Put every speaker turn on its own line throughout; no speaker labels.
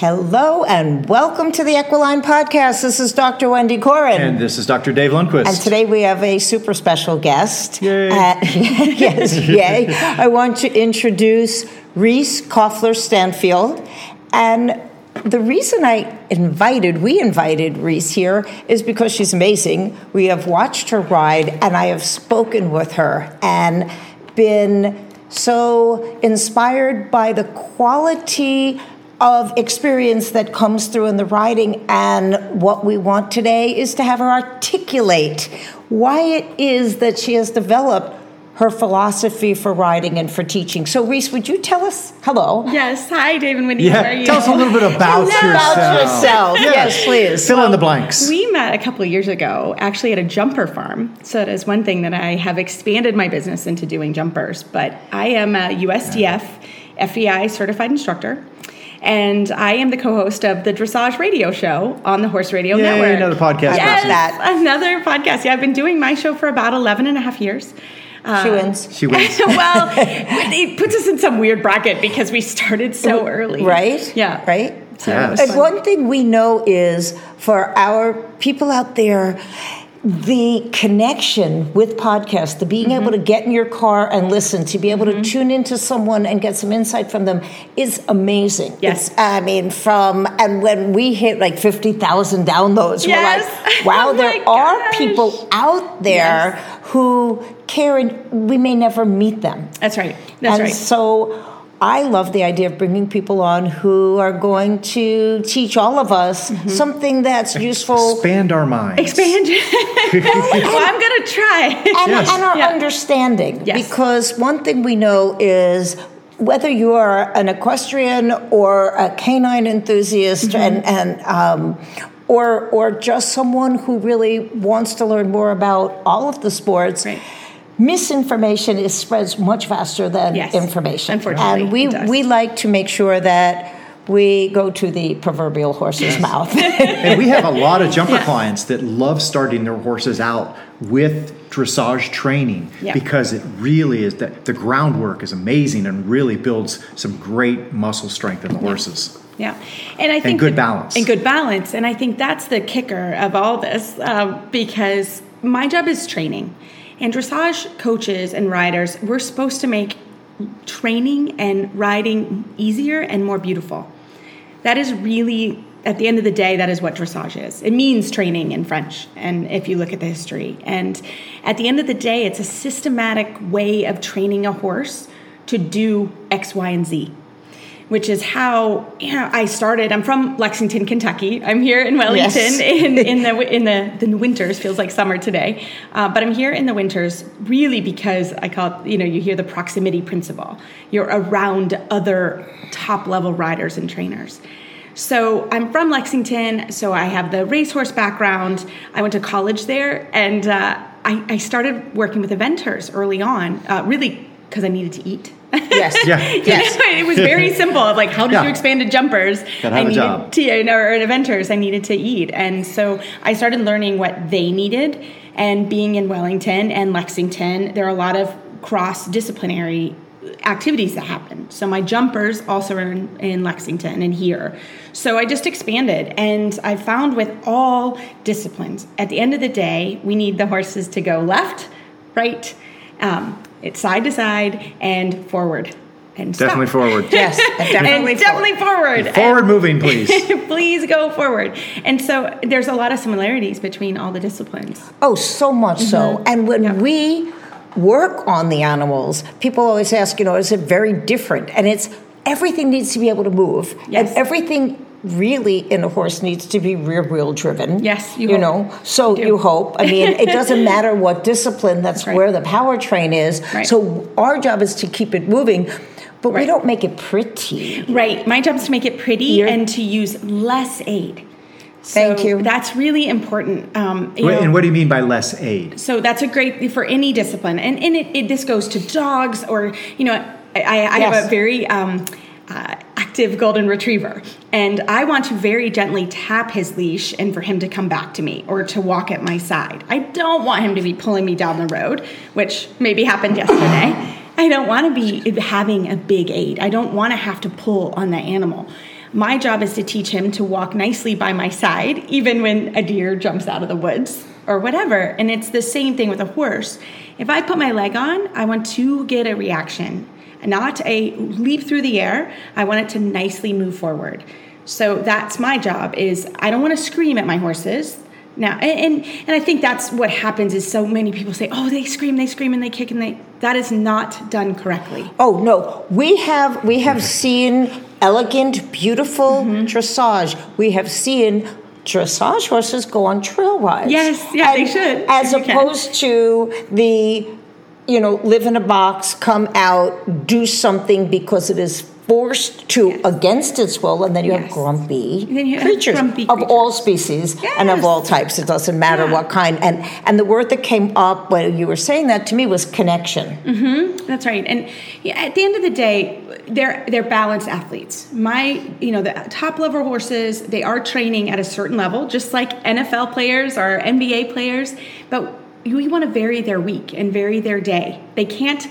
Hello and welcome to the Equiline Podcast. This is Dr. Wendy Corin.
And this is Dr. Dave Lundquist.
And today we have a super special guest.
Yay.
Uh, yes, yay. I want to introduce Reese Koffler Stanfield. And the reason I invited, we invited Reese here, is because she's amazing. We have watched her ride, and I have spoken with her and been so inspired by the quality of experience that comes through in the writing. And what we want today is to have her articulate why it is that she has developed her philosophy for writing and for teaching. So, Reese, would you tell us? Hello.
Yes. Hi, Dave and Wendy. How are
yeah,
you?
tell us a little bit about
Hello.
yourself.
About yourself. Yes, please.
Fill in the blanks.
We met a couple years ago, actually at a jumper farm. So that is one thing that I have expanded my business into doing jumpers. But I am a USDF FEI E certified instructor, and I am the co-host of the Dressage Radio Show on the Horse Radio
Yay,
Network.
another podcast
Yes,
person. That.
another podcast. Yeah, I've been doing my show for about 11 and a half years. Uh,
She wins.
she wins.
well, it puts us in some weird bracket because we started so early.
Right?
Yeah.
Right?
So
Yes.
it was
And
fun.
one thing we know is for our people out there, the connection with podcasts, the being able to
Mm-hmm.
get in your car and listen, to be able to tune into someone and get some insight from them is amazing.
Yes.
It's, I mean, from, and when we hit like 50,000 downloads, we're like,
Yes.
wow,
Oh
there
my
are
gosh.
people out there who care and we may never meet them.
That's right. That's
and
right.
so I love the idea of bringing people on who are going to teach all of us
Mm-hmm.
something that's useful
Expand our minds.
Expand. well, I'm gonna try.
and,
Yes.
and our
Yeah.
understanding.
Yes.
Because one thing we know is whether you are an equestrian or a canine enthusiast
Mm-hmm.
and, and um, or, or just someone who really wants to learn more about all of the sports.
Right.
Misinformation is spreads much faster than
Yes.
information.
Unfortunately,
and we
it does.
we like to make sure that we go to the proverbial horse's mouth.
and we have a lot of jumper clients that love starting their horses out with dressage training
Yeah.
because it really is that the groundwork is amazing and really builds some great muscle strength in the horses.
yeah, and I think
good
that-
balance.
And good balance, and I think that's the kicker of all this um, because my job is training, and dressage coaches and riders we're supposed to make training and riding easier and more beautiful. That is really, at the end of the day, that is what dressage is. It means training in French, and if you look at the history. And at the end of the day, it's a systematic way of training a horse to do X, Y, and Z. Which is how you know, I started. I'm from Lexington, Kentucky. I'm here in Wellington
Yes.
in, in the in the, the winters. Feels like summer today, uh, but I'm here in the winters really because I call it, you know you hear the proximity principle. You're around other top level riders and trainers. So I'm from Lexington, so I have the racehorse background. I went to college there, and uh, I, I started working with eventers early on, uh, really because I needed to eat.
yes.
Yeah.
You know, it was very simple. Of like, how did
Yeah.
you expand to jumpers?
Gotta have
I
a
needed
job.
to, you know, or at eventers, I needed to eat, and so I started learning what they needed. And being in Wellington and Lexington, there are a lot of cross-disciplinary activities that happen. So my jumpers also are in, in Lexington and here. So I just expanded, and I found with all disciplines, at the end of the day, we need the horses to go left, right. Um, it's side to side and forward and stop.
Definitely forward.
Yes. Definitely.
and definitely forward.
Forward moving, please.
And please go forward. And so there's a lot of similarities between all the disciplines.
Oh, so much
Mm-hmm.
so. And when we work on the animals, people always ask, you know, is it very different? And it's everything needs to be able to move.
Yes.
And everything really in a horse needs to be rear wheel driven.
Yes,
you,
you hope.
know. So you,
do.
hope. I mean, it doesn't matter what discipline, that's
right.
where the powertrain is.
Right.
So our job is to keep it moving, but we
Right.
don't make it pretty.
Right. My job is to make it pretty
You're-
and to use less aid. So
Thank you.
That's really important. Um, you
Wait,
know-
and what do you mean by less aid?
So that's a great for any discipline, and and it, it this goes to dogs or you know I, I I
Yes.
have a very um, uh, active golden retriever, and I want to very gently tap his leash and for him to come back to me or to walk at my side. I don't want him to be pulling me down the road, which maybe happened yesterday. I don't want to be having a big aid. I don't want to have to pull on that animal. My job is to teach him to walk nicely by my side, even when a deer jumps out of the woods or whatever. And it's the same thing with a horse. If I put my leg on, I want to get a reaction, not a leap through the air. I want it to nicely move forward. So that's my job is I don't want to scream at my horses now and, and and i think that's what happens is so many people say oh they scream they scream and they kick and they that is not done correctly
Oh no, we have we have seen elegant, beautiful
Mm-hmm.
dressage. We have seen dressage horses go on trail rides.
Yes, yeah, they
And
should,
As
if you can.
opposed to the, you know, live in a box, come out, do something because it is forced to against its will, and then you have
Yes.
grumpy
Then you have
creatures
grumpy
of all
creatures.
species and of
Yes.
all types. It doesn't matter
Yeah.
what kind. And and the word that came up when you were saying that to me was connection.
Mm-hmm. That's right. And yeah, at the end of the day, they're they're balanced athletes. My, you know, the top level horses, they are training at a certain level, just like NFL players or NBA players, but we want to vary their week and vary their day. They can't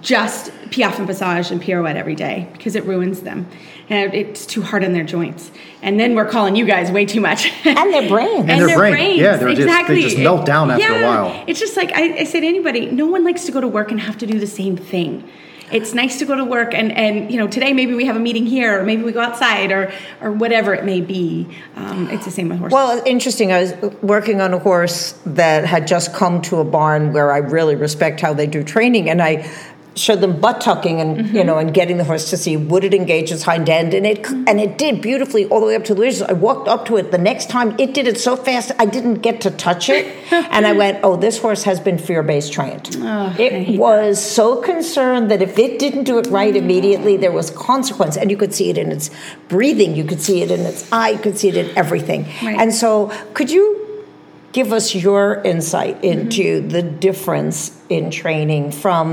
just piaffe and passage and pirouette every day because it ruins them and it's too hard on their joints. And then we're calling you guys way too much.
And their brains.
And their brain. Yeah, they're just- they
exactly.
just melt down after a
Yeah.
while.
It's just like I, I say to anybody, no one likes to go to work and have to do the same thing. It's nice to go to work and, and you know today maybe we have a meeting here or maybe we go outside or or whatever it may be. Um, it's the same with horses.
Well, interesting. I was working on a horse that had just come to a barn where I really respect how they do training, and I showed them butt tucking and you know and getting the horse to see would it engage its hind end, and it and it did beautifully all the way up to the leaders. I walked up to it the next time it did it so fast I didn't get to touch it, and I went, oh, this horse has been fear based trained. it was so concerned that if it didn't do it right
Mm.
immediately, there was consequence, and you could see it in its breathing, you could see it in its eye, you could see it in everything,
Right.
and so, could you give us your insight
Mm-hmm.
into the difference in training from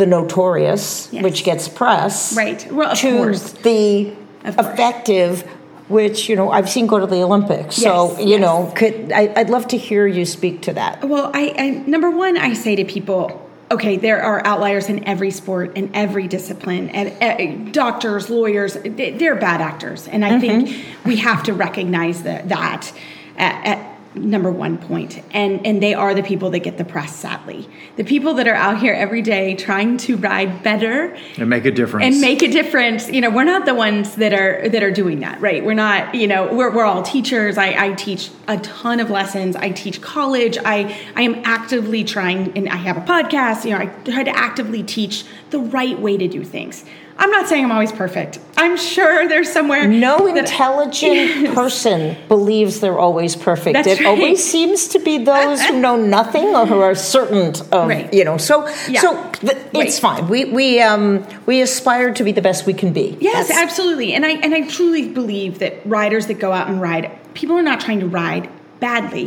the notorious,
Yes.
which gets press,
Right. Well, of
to
course.
the
Of course.
effective, which you know I've seen go to the Olympics. so
Yes,
you know, could I, I'd love to hear you speak to that.
Well, I, I number one, I say to people, okay, there are outliers in every sport and every discipline, and uh, doctors, lawyers, they, they're bad actors, and I think we have to recognize that. that at, at number one point and and they are the people that get the press sadly the people that are out here every day trying to ride better
and make a difference.
and make a difference you know we're not the ones that are that are doing that right we're not you know we're, we're all teachers I, I teach a ton of lessons i teach college i i am actively trying and i have a podcast you know i try to actively teach the right way to do things i'm not saying i'm always perfect i'm sure there's somewhere
No
that-
intelligent person believes they're always perfect.
That's
it
right.
always seems to be those who know nothing or who are certain of
Right.
you know. So
Yeah.
so th- it's
Right.
fine. We we um we aspire to be the best we can be.
Yes,
That's-
absolutely. And I and I truly believe that riders that go out and ride, people are not trying to ride badly.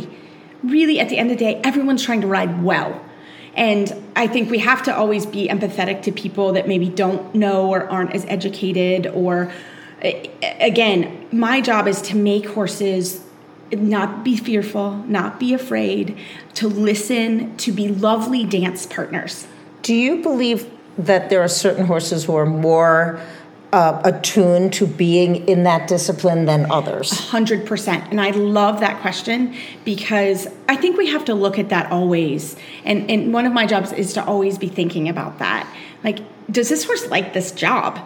Really, at the end of the day, everyone's trying to ride well. And I think we have to always be empathetic to people that maybe don't know or aren't as educated or a- a- again, my job is to make horses not be fearful, not be afraid, to listen, to be lovely dance partners.
Do you believe that there are certain horses who are more uh, attuned to being in that discipline than others?
Hundred percent, and I love that question because I think we have to look at that always. And and one of my jobs is to always be thinking about that. Like, does this horse like this job?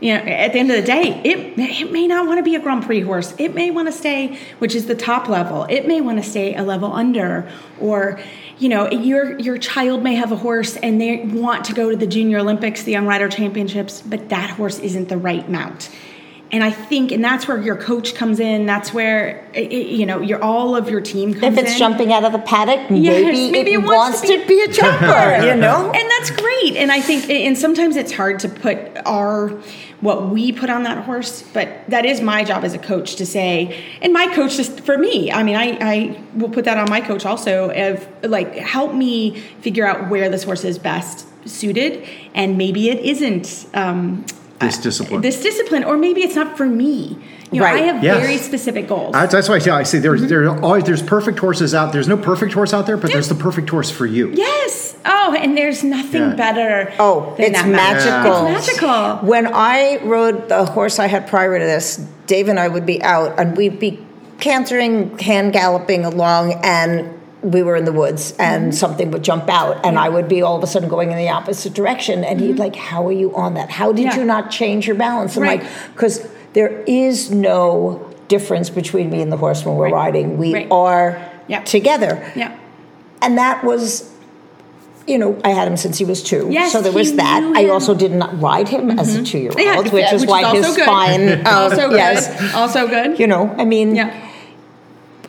You know, at the end of the day, it it may not want to be a Grand Prix horse. It may want to stay, which is the top level. It may want to stay a level under, or you know, your your child may have a horse and they want to go to the Junior Olympics, the Young Rider Championships, but that horse isn't the right mount. And I think, and that's where your coach comes in. That's where i- i- you know your all of your team comes
If it's
in.
jumping out of the paddock,
Yes,
maybe,
maybe
it,
it
wants,
wants to
to be a jumper, you know?
and that's great. And I think, and sometimes it's hard to put our what we put on that horse, but that is my job as a coach to say, and my coach just for me. I mean, I I will put that on my coach also of like help me figure out where this horse is best suited, and maybe it isn't. Um,
this discipline.
this discipline, or maybe it's not for me. You know,
Right.
I have
Yes.
very specific goals.
That's, that's why I say,
Mm-hmm.
I say there's there are always there's perfect horses out. There's no perfect horse out there, but there's the perfect horse for you.
Yes, Oh, and there's nothing
Yeah.
better.
Oh,
than
it's
that magic.
magical.
It's magical.
When I rode the horse I had prior to this, Dave and I would be out and we'd be cantering, hand galloping along, and we were in the woods and
Mm-hmm.
something would jump out and I would be all of a sudden going in the opposite direction and he'd like, How are you on that? How did
Mm-hmm. Yeah.
you not change your balance? I'm
Right.
like, because there is no difference between me and the horse when we're
Right.
riding. We
Right.
are
Yeah.
together.
Yeah.
And that was, you know, I had him since he was two.
Yes,
so there
he
was that.
knew
I
him. Mm-hmm.
also did not ride him as a two year
Yeah,
old,
yeah,
which is
which
why
is also
his
good.
spine. uh,
Also good.
Yes.
Also good.
You know, I mean,
Yeah.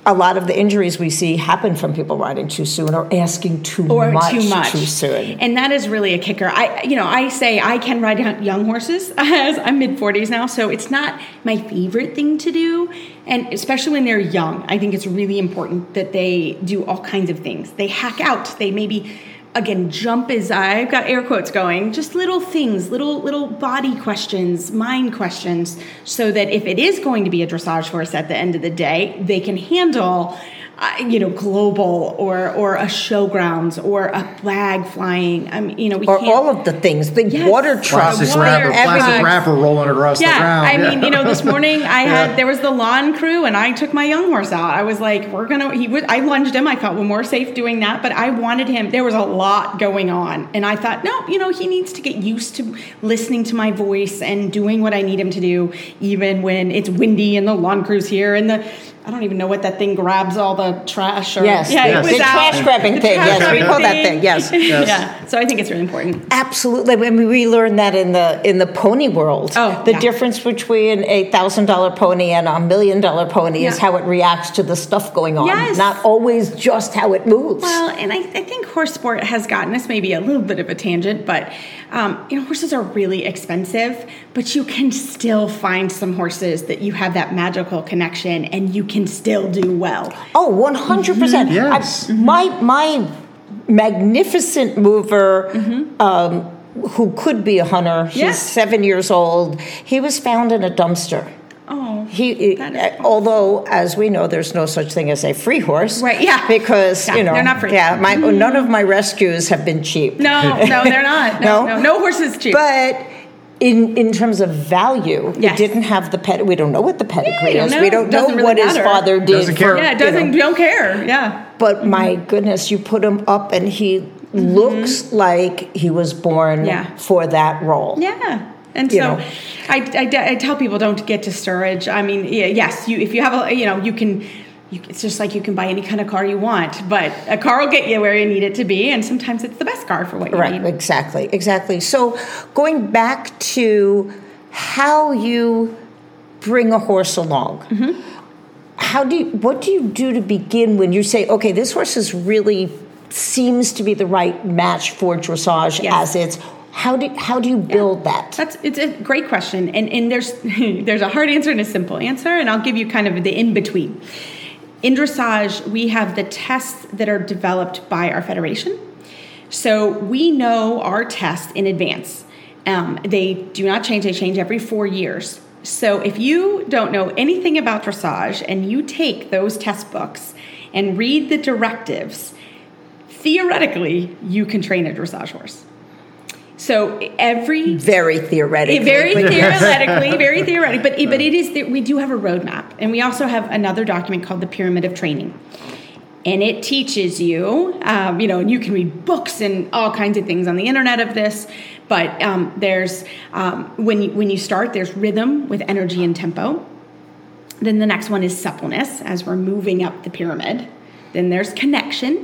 a lot of the injuries we see happen from people riding too soon or asking too,
or
much,
too much
soon.
and that is really a kicker i you know i say i can ride y- young horses as i'm mid 40s now so it's not my favorite thing to do and especially when they're young i think it's really important that they do all kinds of things they hack out they maybe again jump is i've got air quotes going just little things little little body questions mind questions so that if it is going to be a dressage horse at the end of the day they can handle uh, you know, global or or a showgrounds or a flag flying. I mean, you know, we
Or
can't.
all of the things, the
Yes.
water trucks,
Plastic
Water
wrapper,
everything.
plastic wrapper rolling across
yeah,
the ground.
I mean, you know, this morning I
Yeah.
had there was the lawn crew, and I took my young horse out. I was like, we're gonna. He would. I lunged him. I felt well, more safe doing that, but I wanted him. There was a lot going on, and I thought, no, you know, he needs to get used to listening to my voice and doing what I need him to do, even when it's windy and the lawn crew's here and the. I don't even know what that thing grabs all the trash. Or,
Yes,
yeah,
the-
it was
the
out.
trash grabbing
The
thing,
trash
yes, we
grabbing
call that thing, yes.
Yes.
yeah, so I think it's really important.
Absolutely. I mean, we learned that in the in the pony world.
Oh,
the
yeah.
difference between a thousand dollar pony and a million dollar pony is
Yeah.
how it reacts to the stuff going on,
Yes.
not always just how it moves.
Well, and I, I think horse sport has gotten us maybe a little bit of a tangent, but um, you know, horses are really expensive, but you can still find some horses that you have that magical connection and you can still do well.
Oh, 100 percent.
mm-hmm.
Yes.
My my magnificent mover.
Mm-hmm.
Um, who could be a hunter? He's
Yeah.
seven years old. He was found in a dumpster.
Oh,
He, uh,
That is awful.
although as we know, there's no such thing as a free horse,
Right, yeah.
Because
Yeah,
you know,
they're not free. Mm.
Yeah, my none of my rescues have been cheap.
no, no, they're not.
No?
No, no, no, horses cheap.
But in in terms of value,
Yes.
we didn't have the ped. We don't know what the pedigree
don't
is.
know.
We don't know
Doesn't really
what his
matter.
father did.
Doesn't care.
for,
yeah, it
you know.
doesn't. Don't care. Yeah, Mm-hmm.
But my goodness, you put him up, and he looks like he was born
Yeah.
for that role.
yeah. And
You
so,
know.
I, I de- I tell people don't get discouraged. I mean, yeah, yes, you if you have a you know you can. You, it's just like you can buy any kind of car you want, but a car will get you where you need it to be, and sometimes it's the best car for what you
Right,
need.
exactly, exactly. So going back to how you bring a horse along.
Mm-hmm.
How do you, what do you do to begin when you say, okay, this horse is really seems to be the right match for dressage
Yes.
as it's how do how do you build that?
That's it's a great question, and and there's there's a hard answer and a simple answer, and I'll give you kind of the in between. In dressage, we have the tests that are developed by our federation, so we know our tests in advance. Um, they do not change; they change every four years. So if you don't know anything about dressage and you take those test books and read the directives, theoretically, you can train a dressage horse. So every
Very theoretical.
very theoretically, very theoretic, but it, but it is that we do have a roadmap, and we also have another document called the Pyramid of Training, and it teaches you, um, you know, and you can read books and all kinds of things on the internet of this, but um, there's um, when you, when you start, there's rhythm with energy and tempo. Then the next one is suppleness as we're moving up the pyramid. Then there's connection.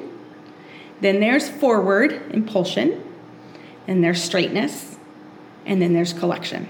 Then there's forward impulsion. Then there's straightness. And then there's collection.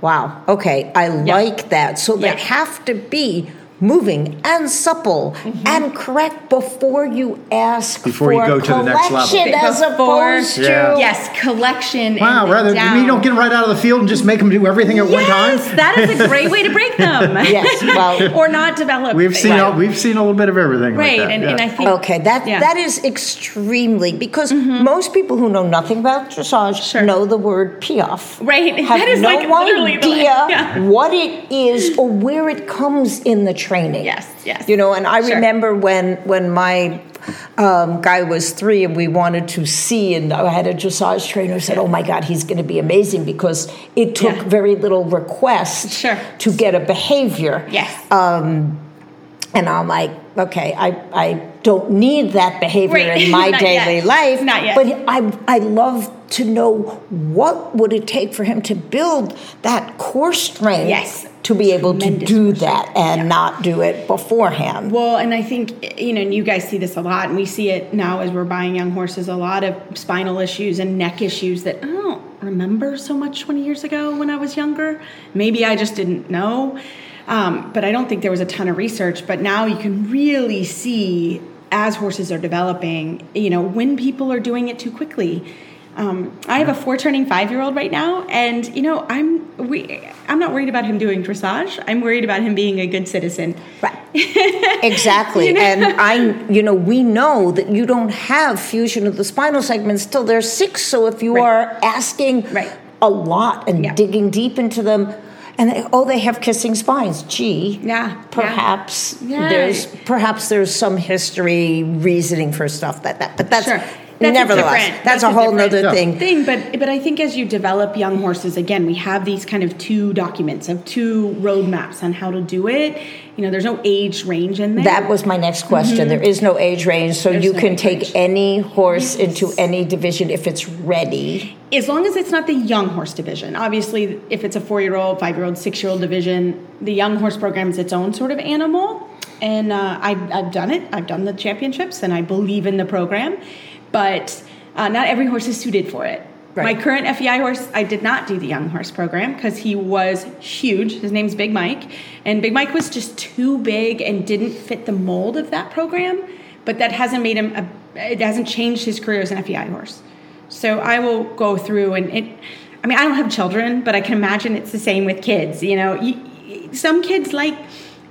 Wow. Okay, I like that. So they
Yeah.
have to be moving and supple
Mm-hmm.
and correct before you ask
Before you
for
go to the next level.
collection as
Before-
opposed
Yeah.
to
Yes, collection.
Wow,
and
rather
down.
we don't get them right out of the field and just make them do everything at one time.
Yes, that is a great way to break them.
Yes, well-
or not develop.
We've seen
right.
all, we've seen a little bit of everything. like
Right,
that,
and, and
yeah.
I think
okay, that
yeah. Mm-hmm.
that is extremely because most people who know nothing about dressage
Sure.
know the word piaf.
Right,
have
that is
no
like literally
idea
the- yeah.
what it is or where it comes in the training.
Yes, yes.
You know, and I
Sure.
remember when when my um, guy was three, and we wanted to see. And I had a dressage trainer who said, "Oh my God, he's going to be amazing," because it took
Yeah.
very little request
Sure.
to get a behavior.
Yes.
And I'm like, okay, I, I don't need that behavior
Right.
in my
Not
daily
yet.
life.
Not yet.
But I, I love to know what would it take for him to build that core strength
Yes.
to be able
Tremendous
to do
core strength.
that and
Yeah.
not do it beforehand.
Well, and I think you know, and you guys see this a lot, and we see it now as we're buying young horses. A lot of spinal issues and neck issues that I don't remember so much 20 years ago when I was younger. Maybe I just didn't know, um, but I don't think there was a ton of research. But now you can really see as horses are developing, you know, when people are doing it too quickly. Um, I have a four turning five year old right now, and you know, I'm we I'm not worried about him doing dressage. I'm worried about him being a good citizen.
Right. Exactly. And I, you know, we know that you don't have fusion of the spinal segments till they're six. So if you
Right.
are asking
Right.
a lot and
Yeah.
digging deep into them, and they, oh, they have kissing spines. Gee,
Yeah, yeah.
perhaps
Yeah.
there's perhaps there's some history reasoning for stuff that that, but that's
Sure. That's a
nevertheless
different-
that's,
that's
a
a
whole
different-
nother
Yeah.
thing.
thing but but i think as you develop young horses again we have these kind of two documents of two roadmaps on how to do it you know there's no age range in there
That was my next question. There is no age range, so you
Mm-hmm. no
can
age
take
range.
any horse into any division if it's ready.
as long as it's not the young horse division obviously if it's a four year old five year old six year old division the young horse program is its own sort of animal and uh, I've, I've done it i've done the championships and i believe in the program but uh, not every horse is suited for it
Right.
my current fei horse i did not do the young horse program because he was huge his name's big mike and big mike was just too big and didn't fit the mold of that program but that hasn't made him a, it hasn't changed his career as an fei horse so I will go through and it. I mean, I don't have children, but I can imagine it's the same with kids. You know, you, you- some kids like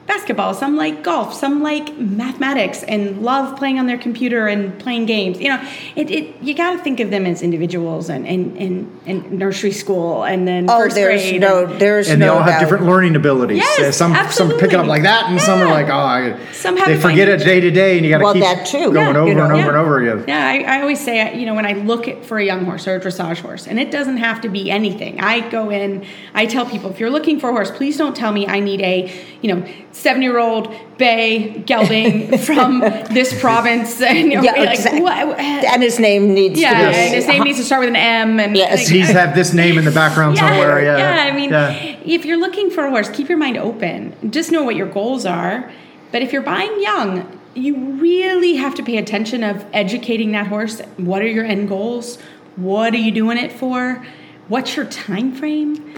basketball, some like golf, some like mathematics, and love playing on their computer and playing games. You know, it. it you got to think of them as individuals and and, and and nursery school and then
Oh,
first
there's
grade
no,
and-
there's
and they
no
all have
doubt.
different learning abilities.
Yes,
So some some pick it up
absolutely.
like that, and some are
Yeah.
like, oh, I,
Some have
they
it by
forget it
nature.
day to day, and you got to
Well,
keep
that too.
going
Yeah,
over
you
and
know.
over
Yeah.
and over again.
Yeah, I, I always say, you know, when I look at for a young horse or a dressage horse, and it doesn't have to be anything. I go in, I tell people, if you're looking for a horse, please don't tell me I need a, you know, seven year old bay gelding from this province, and you know,
Yeah,
like,
exactly.
what-
and his name needs
yeah,
to be.
and his name needs to start with an M, and
Yes.
like,
He's have this name in the background somewhere. Yeah,
yeah, I mean,
Yeah.
if you're looking for a horse, keep your mind open. Just know what your goals are. But if you're buying young, you really have to pay attention of educating that horse. What are your end goals? What are you doing it for? What's your time frame?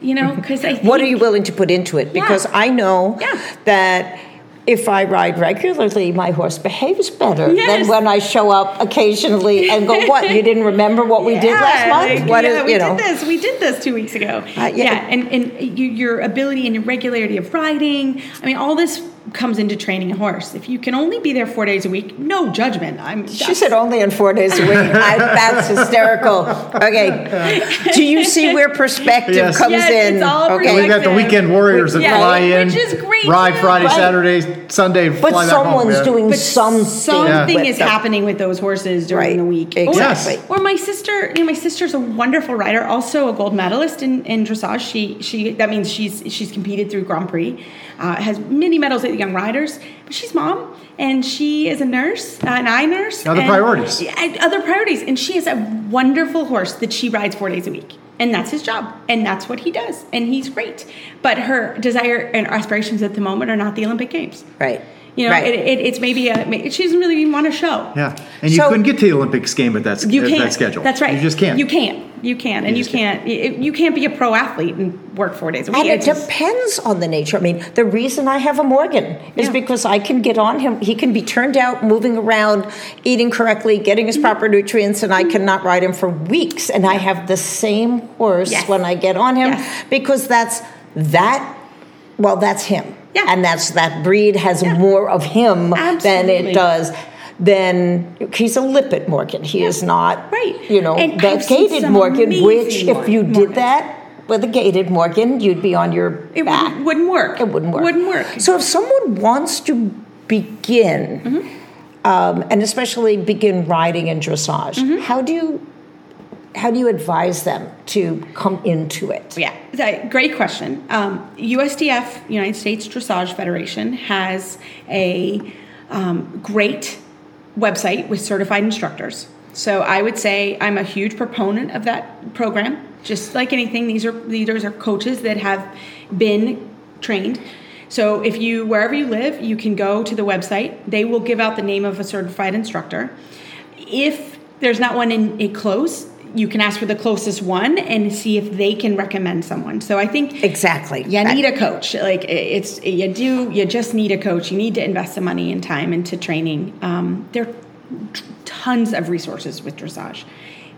You know, because I think
What are you willing to put into it? Because
Yeah.
I know
Yeah.
that if I ride regularly, my horse behaves better than
Yes.
when I show up occasionally and go, "What? You didn't remember what we did last month?
like,
What
yeah,
is
we
you know?"
did this. We did this two weeks ago.
Uh, yeah.
yeah. and and you, your ability and your regularity of riding. I mean, all this comes into training a horse. If you can only be there four days a week, no judgment. I'm.
She said only in four days a week. I, that's hysterical. Okay. Do you see where perspective
Yes.
comes
Yes,
in?
it's all
okay.
We've got the
Exactly.
weekend warriors that
Yeah,
fly in,
which is great,
ride
too.
Friday,
Right.
Saturday, Sunday,
But
fly back home,
someone's
yeah.
doing something.
something
with
is
them.
happening with those horses during
Right.
the week. Or-
Exactly.
Or, my sister, you know, my sister's a wonderful rider, also a gold medalist in, in dressage. She she that means she's she's competed through Grand Prix, uh, has many medals at the Young Riders. But she's mom and she is a nurse, uh, an eye nurse.
Other
and-
priorities.
Yeah, and other priorities, and she is a wonderful horse that she rides four days a week. And that's his job, and that's what he does, and he's great. But her desire and aspirations at the moment are not the Olympic Games.
Right.
You know,
right.
it, it, it's maybe a, ma- she doesn't really even want to show.
Yeah, and you
So-
couldn't get to the Olympics game at that,
You
at
can't.
that schedule.
That's right.
You just can't.
You can't. You can't. And you,
just
can't. You, you can't be a pro athlete and work four days a week.
And it
It's just-
depends on the nature. I mean, the reason I have a Morgan is
Yeah.
because I can get on him. He can be turned out, moving around, eating correctly, getting his
Mm-hmm.
proper nutrients, and I cannot ride him for weeks. And I have the same horse
Yes.
when I get on him
Yes.
because that's that. Well, that's him,
Yeah.
and that's that breed has more of him than it
Absolutely.
does. Then he's a lipid Morgan. He is not,
Right.
you know,
And
the
I've seen
gated
some
Morgan. Which,
amazing
if you did
Morgans.
that with a gated Morgan, you'd be on your
it
back.
wouldn't, wouldn't work.
It wouldn't work.
Wouldn't work. Mm-hmm.
So if someone wants to begin um, and especially begin riding and dressage.
Mm-hmm.
How do you how do you advise them to come into it?
Yeah, that- great question. Um, USDF, United States Dressage Federation, has a um, great website with certified instructors. So I would say I'm a huge proponent of that program. Just like anything, these are leaders are coaches that have been trained. So if you wherever you live, you can go to the website. They will give out the name of a certified instructor. If there's not one in it close, you can ask for the closest one and see if they can recommend someone. So I think
Exactly.
you
That-
need a coach. Like i- it's you do. You just need a coach. You need to invest some money and time into training. Um, there are t- tons of resources with dressage.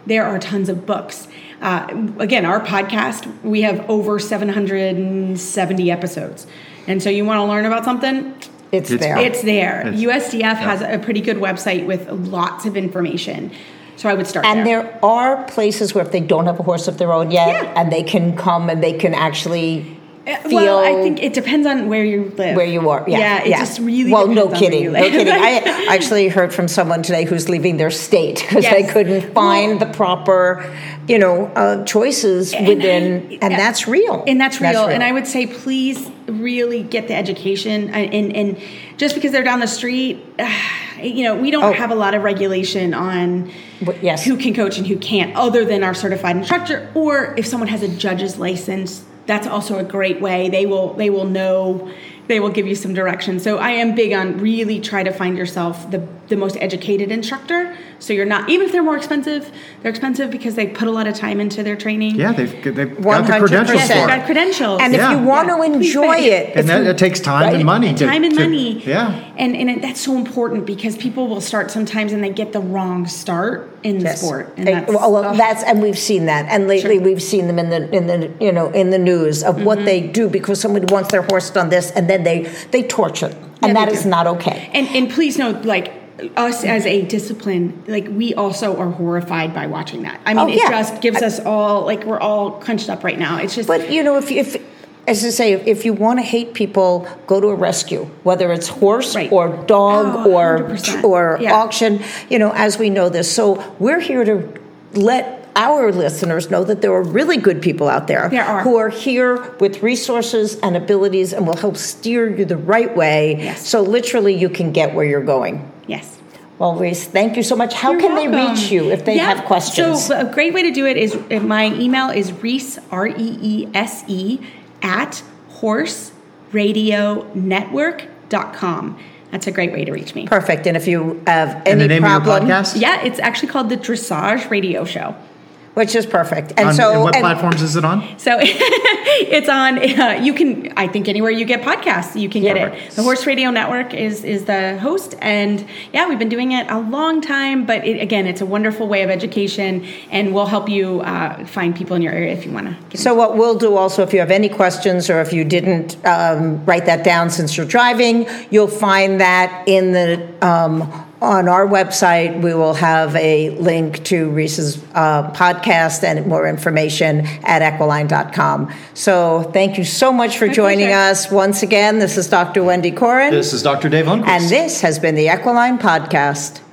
There are tons of books. Uh, again, our podcast we have over 770 episodes, and so you want to learn about something.
It's,
It's-
there.
It's there.
It's-
USDF has a pretty good website with lots of information. So I would start
and
there.
there are places where if they don't have a horse of their own yet,
Yeah.
and they can come and they can actually
Uh,
feel.
Well, I think it depends on where you live.
where you are. Yeah,
yeah. It
yeah.
just really
Well,
depends
no
on where you
kidding, no
live.
kidding. I actually heard from someone today who's leaving their state because they
Yes.
couldn't find the proper, you know, uh, choices within, and
yeah.
that's real.
and that's real. And I would say, please, really get the education. I- And and just because they're down the street, you know, we don't
Oh.
have a lot of regulation on
But yes.
who can coach and who can't, other than our certified instructor. Or if someone has a judge's license, that's also a great way. They will they will know. They will give you some direction. So I am big on really try to find yourself the the most educated instructor. So you're not even if they're more expensive, they're expensive because they put a lot of time into their training.
Yeah, they've, they've got the
100%.
credentials
Yes,
for
they've
it.
got credentials.
And
Yeah.
if you want to
Yeah.
enjoy it,
and
if
that,
you-
that takes time
right?
and money. To,
time and
to-
money.
Yeah.
And and it, that's so important because people will start sometimes and they get the wrong start in the
Yes.
sport. And
They-
that's, um,
well, well,
ugh.
that's and we've seen that, and lately
Sure. Mm-hmm.
we've seen them in the in the you know in the news of what they do because somebody wants their horse done this, and then they they torture, them. and
Yeah,
that
they
is
do.
not okay.
and and please know like us as a discipline, like we also are horrified by watching that. I mean,
Oh,
it
yeah.
just gives us all like we're all crunched up right now. It's just
But you know, if if as I say, if you want to hate people, go to a rescue, whether it's horse
Right.
or dog
Oh,
or
100%.
or
Yeah.
auction. You know, as we know this, so we're here to let our listeners know that there are really good people out there,
There are.
who are here with resources and abilities and will help steer you the right way.
Yes.
So literally, you can get where you're going.
yes.
Well, Reese, thank you so much. How
You're
can they
welcome.
reach you if they
Yeah,
have questions?
So a great way to do it is if my email is Reese R E E S E at horseradionetwork.com. That's a great way to reach me.
Perfect. And if you have
And
any
the name
problem,
of your podcast?
Yeah, it's actually called the Dressage Radio Show.
which is perfect. And
On,
so,
and what
and-
platforms is it on?
So it's on. Uh, you can, I think, anywhere you get podcasts, you can get it.
Perfect.
The Horse Radio Network is is the host, and yeah, we've been doing it a long time. But it, again, it's a wonderful way of education, and we'll help you uh, find people in your area if you want to.
So, what we'll do also, if you have any questions or if you didn't um, write that down since you're driving, you'll find that in the um, on our website. We will have a link to Reese's uh, podcast and more information at equiline.com. So, thank you so much for
My
joining
pleasure.
us once again. This is Dr. Wendy Corin,
This is Dr. Dave Lundquist.
and this has been the Equiline Podcast.